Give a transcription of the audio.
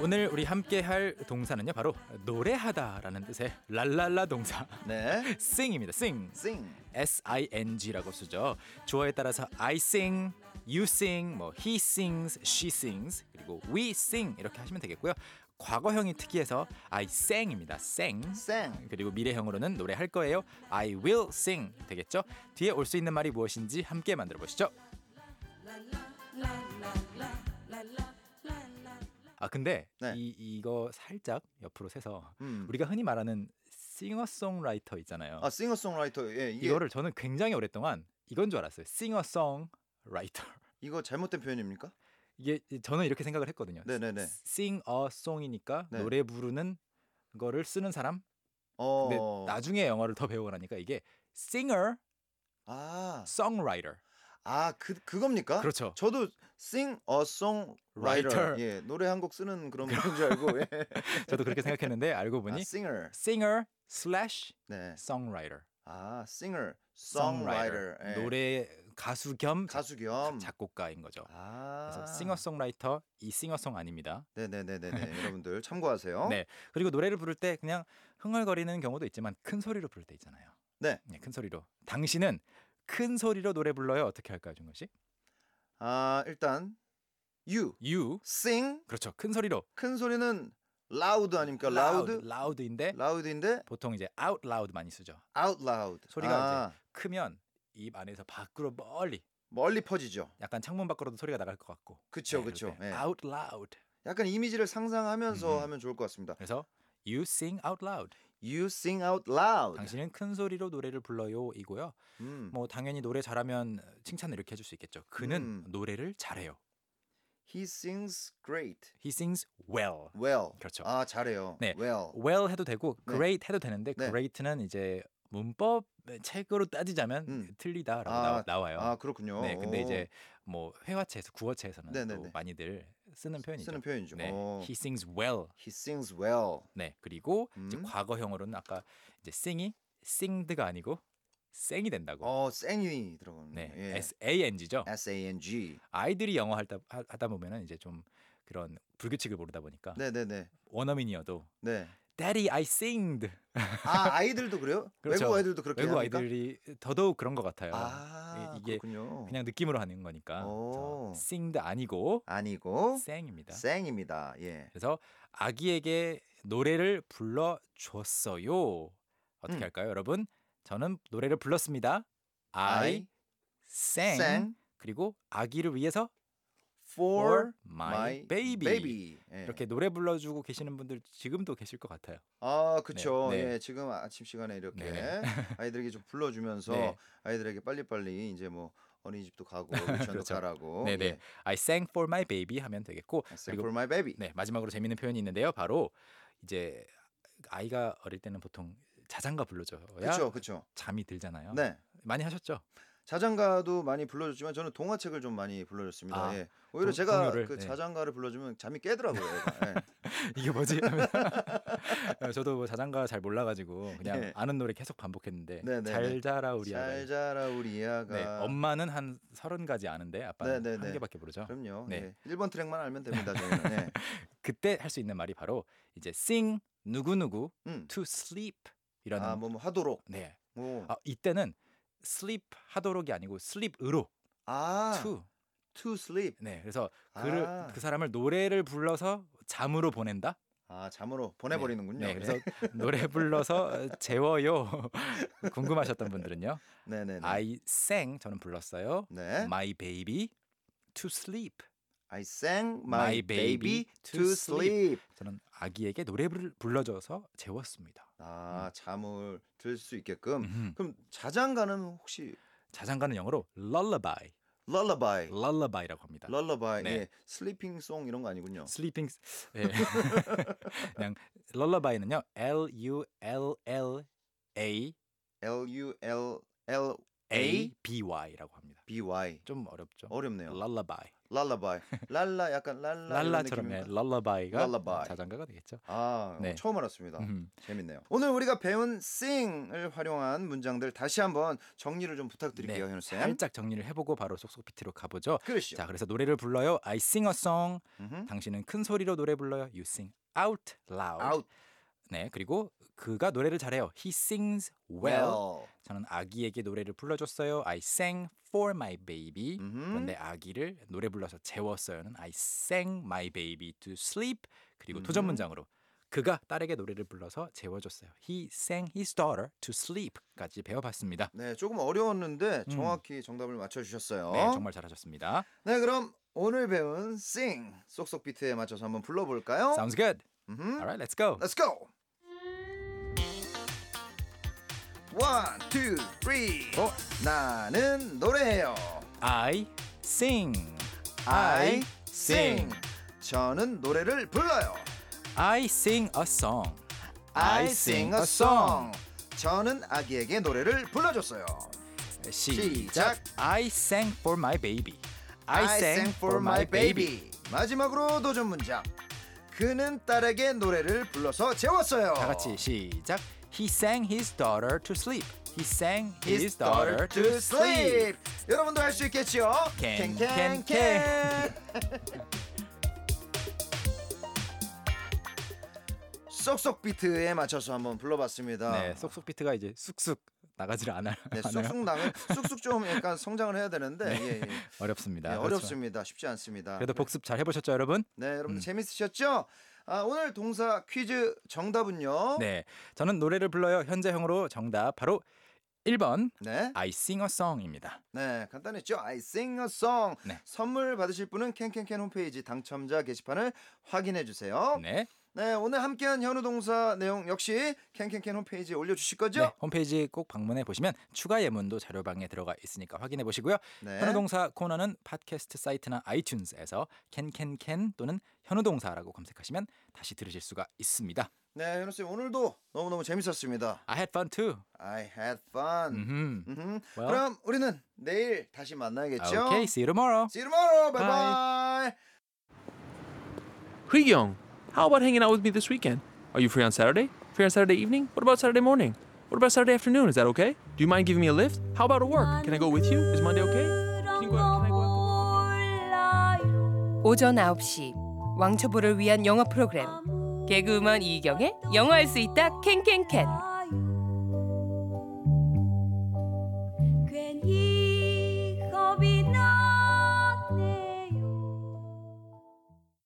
오늘 우리 함께 할 동사는요 바로 노래하다라는 뜻의 랄랄라 동사 네. sing입니다 sing sing. S-I-N-G라고 쓰죠. 주어에 따라서 I sing, you sing, 뭐 he sings, she sings, 그리고 we sing 이렇게 하시면 되겠고요. 과거형이 특이해서 I sang입니다. sang. sang. 그리고 미래형으로는 노래할 거예요. I will sing 되겠죠. 뒤에 올 수 있는 말이 무엇인지 함께 만들어 보시죠. 아 근데 네. 이 이거 살짝 옆으로 세서 음. 우리가 흔히 말하는 싱어송라이터 있잖아요. 아, 싱어송라이터. 예, 이게 이거를 저는 굉장히 오랫동안 이건 줄 알았어요. 싱어송 라이터. 이거 잘못된 표현입니까? 이게 저는 이렇게 생각을 했거든요. 네네네. 싱어송이니까 네. 노래 부르는 거를 쓰는 사람. 어. 근데 네, 나중에 영어를 더 배우라니까 이게 singer, 아, songwriter. 아, 그 그겁니까? 그렇죠. 저도 sing a song writer. Writer. 예, 노래 한 곡 쓰는 그런 분인 줄 알고. 예. 저도 그렇게 생각했는데 알고 아, 보니 singer. singer slash 네. songwriter. 아, singer songwriter. 예. 노래 가수 겸 가수 겸 작곡가인 거죠. 아. 그래서 싱어송라이터 이 싱어송 아닙니다. 네네네네네. 여러분들 참고하세요. 네. 그리고 노래를 부를 때 그냥 흥얼거리는 경우도 있지만 큰 소리로 부를 때 있잖아요. 네. 큰 소리로. 당신은 큰 소리로 노래 불러요. 어떻게 할까요, 준건 씨? 아, 일단 you You. sing 그렇죠. 큰 소리로. 큰 소리는 loud 아닙니까? 그러니까 loud loud인데 loud인데 보통 이제 out loud 많이 쓰죠. out loud. 소리가 아, 크면 입 안에서 밖으로 멀리 멀리 퍼지죠. 약간 창문 밖으로도 소리가 나갈 것 같고. 그쵸 네, 그쵸. 그럴 때 예. Out loud. 약간 이미지를 상상하면서 음. 하면 좋을 것 같습니다. 그래서 you sing out loud. You sing out loud. 당신은 큰 소리로 노래를 불러요이고요. 음. 뭐 당연히 노래 잘하면 칭찬을 이렇게 해줄 수 있겠죠. 그는 음. 노래를 잘해요. He sings great. He sings well. Well. 그렇죠. 아 잘해요. 네. Well. well 해도 되고 네. great 해도 되는데 네. great는 이제 문법 책으로 따지자면 음. 틀리다라고 아, 나, 와요 아 그렇군요. 네, 근데 오, 이제 뭐 회화체에서 구어체에서는 또 네네네. 많이들 쓰는 표현이죠. 쓰는 표현이죠. 네, 오. he sings well. He sings well. 네, 그리고 이제 음. 과거형으로는 아까 이제 sing이 singed가 아니고 sang이 된다고. 어, sing이 들어가는. 뭐. 네, 예. S 어. A N G죠. S A N G. 아이들이 영어 하다 하- 하다 보면은 이제 좀 그런 불규칙을 모르다 보니까 네네네. 원어민이어도 네. Daddy, I singed. 아 아이들도 그래요? 그렇죠. 외국 아이들도 그렇게 외국 합니까? 아이들이 더더욱 그런 것 같아요. 아 이- 이게 그렇군요. 그냥 느낌으로 하는 거니까. 오. 그래서 singed 아니고 아니고 sang입니다. sing입니다. 예. 그래서 아기에게 노래를 불러 줬어요. 어떻게 음. 할까요, 여러분? 저는 노래를 불렀습니다. I, sang, sang 그리고 아기를 위해서 for for my, baby. 예. 이렇게 노래 불러주고 계시는 분들 지금도 계실 것 같아요. 아, 그쵸. 네, 네. 예, 지금 아침 시간에 이렇게 네. 아이들에게 좀 불러주면서 네. 아이들에게 빨리빨리 이제 뭐 어린이집도 가고 유치원도 그렇죠. 가라고. 네네. 예. I sang for my baby 하면 되겠고 I sang 그리고 for my baby. 네 마지막으로 재밌는 표현이 있는데요. 바로 이제 아이가 어릴 때는 보통 자장가 불러줘야 그쵸, 그쵸. 잠이 들잖아요. 네. 많이 하셨죠? 자장가도 많이 불러줬지만 저는 동화책을 좀 많이 불러줬습니다. 아, 예. 오히려 동- 제가 동요를, 그 네. 자장가를 불러주면 잠이 깨더라고요. 얘가. 예. 이게 뭐지? 하면서 저도 뭐 자장가 잘 몰라가지고 그냥 예. 아는 노래 계속 반복했는데 네, 네, 네. 잘 자라 우리 잘 아이. 자라 우리 아가. 네, 엄마는 한 서른 가지 아는데 아빠는 네, 네, 한 네. 개밖에 모르죠. 그럼요. 네. 예. 1번 트랙만 알면 됩니다. 저희는. 예. 그때 할 수 있는 말이 바로 이제 sing 누구 누구 음. to sleep 이라는 아, 뭐, 뭐 하도록. 네. 뭐. 아, 이때는 sleep 하도록이 아니고 sleep으로 아, to to sleep. 네. 그래서 그를 아, 그 사람을 노래를 불러서 잠으로 보낸다. 아 잠으로 보내버리는군요. 네, 예. 그래서 노래 불러서 재워요. 궁금하셨던 분들은요. 네네네. I sang 저는 불렀어요. 네. My baby to sleep. I sang My my, baby baby, to to sleep. 저는 아기에게 노래를 불러줘서 재웠습니다. 아 잠을 들 수 있게끔. 음. 그럼 자장가는 혹시 자장가는 영어로 lullaby, lullaby, lullaby라고 합니다. lullaby, 네. 예, sleeping song 이런 거 아니군요. sleeping 예. 그냥 lullaby는요. L U L L A L U L L A B Y라고 합니다. BY. 좀 어렵죠. 어렵네요. 랄라바이. 랄라바이. 랄라 약간 랄라 이런 랄라처럼의 느낌입니까? 랄라바이가 랄라바이. 자장가가 되겠죠. 아, 네. 처음 알았습니다. 음. 재밌네요. 오늘 우리가 배운 sing을 활용한 문장들 다시 한번 정리를 좀 부탁드릴게요, 네, 현우 쌤. 살짝 정리를 해보고 바로 쏙쏙 비트로 가보죠. 그러시죠. 자, 그래서 노래를 불러요. I sing a song. 음흠. 당신은 큰 소리로 노래 불러요. You sing out loud. out 네, 그리고 그가 노래를 잘해요. He sings well. well. 저는 아기에게 노래를 불러줬어요. I sang for my baby. 음흠. 그런데 아기를 노래 불러서 재웠어요는 I sang my baby to sleep. 그리고 음. 도전 문장으로 그가 딸에게 노래를 불러서 재워줬어요. He sang his daughter to sleep까지 배워봤습니다. 네, 조금 어려웠는데 음. 정확히 정답을 맞춰 주셨어요. 네, 정말 잘하셨습니다. 네, 그럼 오늘 배운 sing 쏙쏙 비트에 맞춰서 한번 불러 볼까요? Sounds good. 음흠. Alright, let's go. 어? Let's go. One, two, three. 어? 나는 노래해요. I sing. I sing. 저는 노래를 불러요. I sing a song. I sing a song. 저는 아기에게 노래를 불러줬어요. 시작. 시작. I sang for my baby. 마지막으로 도전 문장. 그는 딸에게 노래를 불러서 재웠어요. 다 같이 시작. He sang his daughter to sleep. He sang his, daughter, to sleep. 여러분도 할 수 있겠지요? 캔, 캔, 캔캔캔. 쏙쏙 비트에 맞춰서 한번 불러봤습니다. 네, 쏙쏙 비트가 이제 쑥쑥 나가지를 않아, 네, 않아요. 쑥쑥 나가 쑥쑥 좀 약간 성장을 해야 되는데 예, 예. 네, 어렵습니다. 네. 예, 그렇지만 어렵습니다. 쉽지 그렇죠. 않습니다. 그래도 복습 잘 해보셨죠, 여러분? 네, 여러분 음. 들 재밌으셨죠? 아, 오늘 동사 퀴즈 정답은요. 네, 저는 노래를 불러요. 현재형으로 정답 바로 1번 네. I sing a song입니다. 네, 간단했죠? I sing a song. 네. 선물 받으실 분은 캔캔캔 홈페이지 당첨자 게시판을 확인해 주세요. 네. 네, 오늘 함께한 현우 동사 내용 역시 캔캔캔 홈페이지에 올려 주실 거죠? 네, 홈페이지 꼭 방문해 보시면 추가 예문도 자료방에 들어가 있으니까 확인해 보시고요. 네. 현우동사 코너는 팟캐스트 사이트나 아이튠즈에서 캔캔캔 또는 현우동사라고 검색하시면 다시 들으실 수가 있습니다. 네, 현우 쌤 오늘도 너무너무 재밌었습니다. I had fun too. I had fun. 음흠. 음흠. Well. 그럼 우리는 내일 다시 만나야겠죠? Okay, see you tomorrow. See you tomorrow. Bye Bye. bye. Young, how about hanging out with me this weekend? Are you free on Saturday? Free on Saturday evening? What about Saturday morning? What about Saturday afternoon? Is that okay? Do you mind giving me a lift? How about at work? Can I go with you? Is Monday okay? Can you go out? Can I go out? 오전 9시 왕초보를 위한 영어 프로그램 개그우먼 이경의 영어할 수 있다 캔캔캔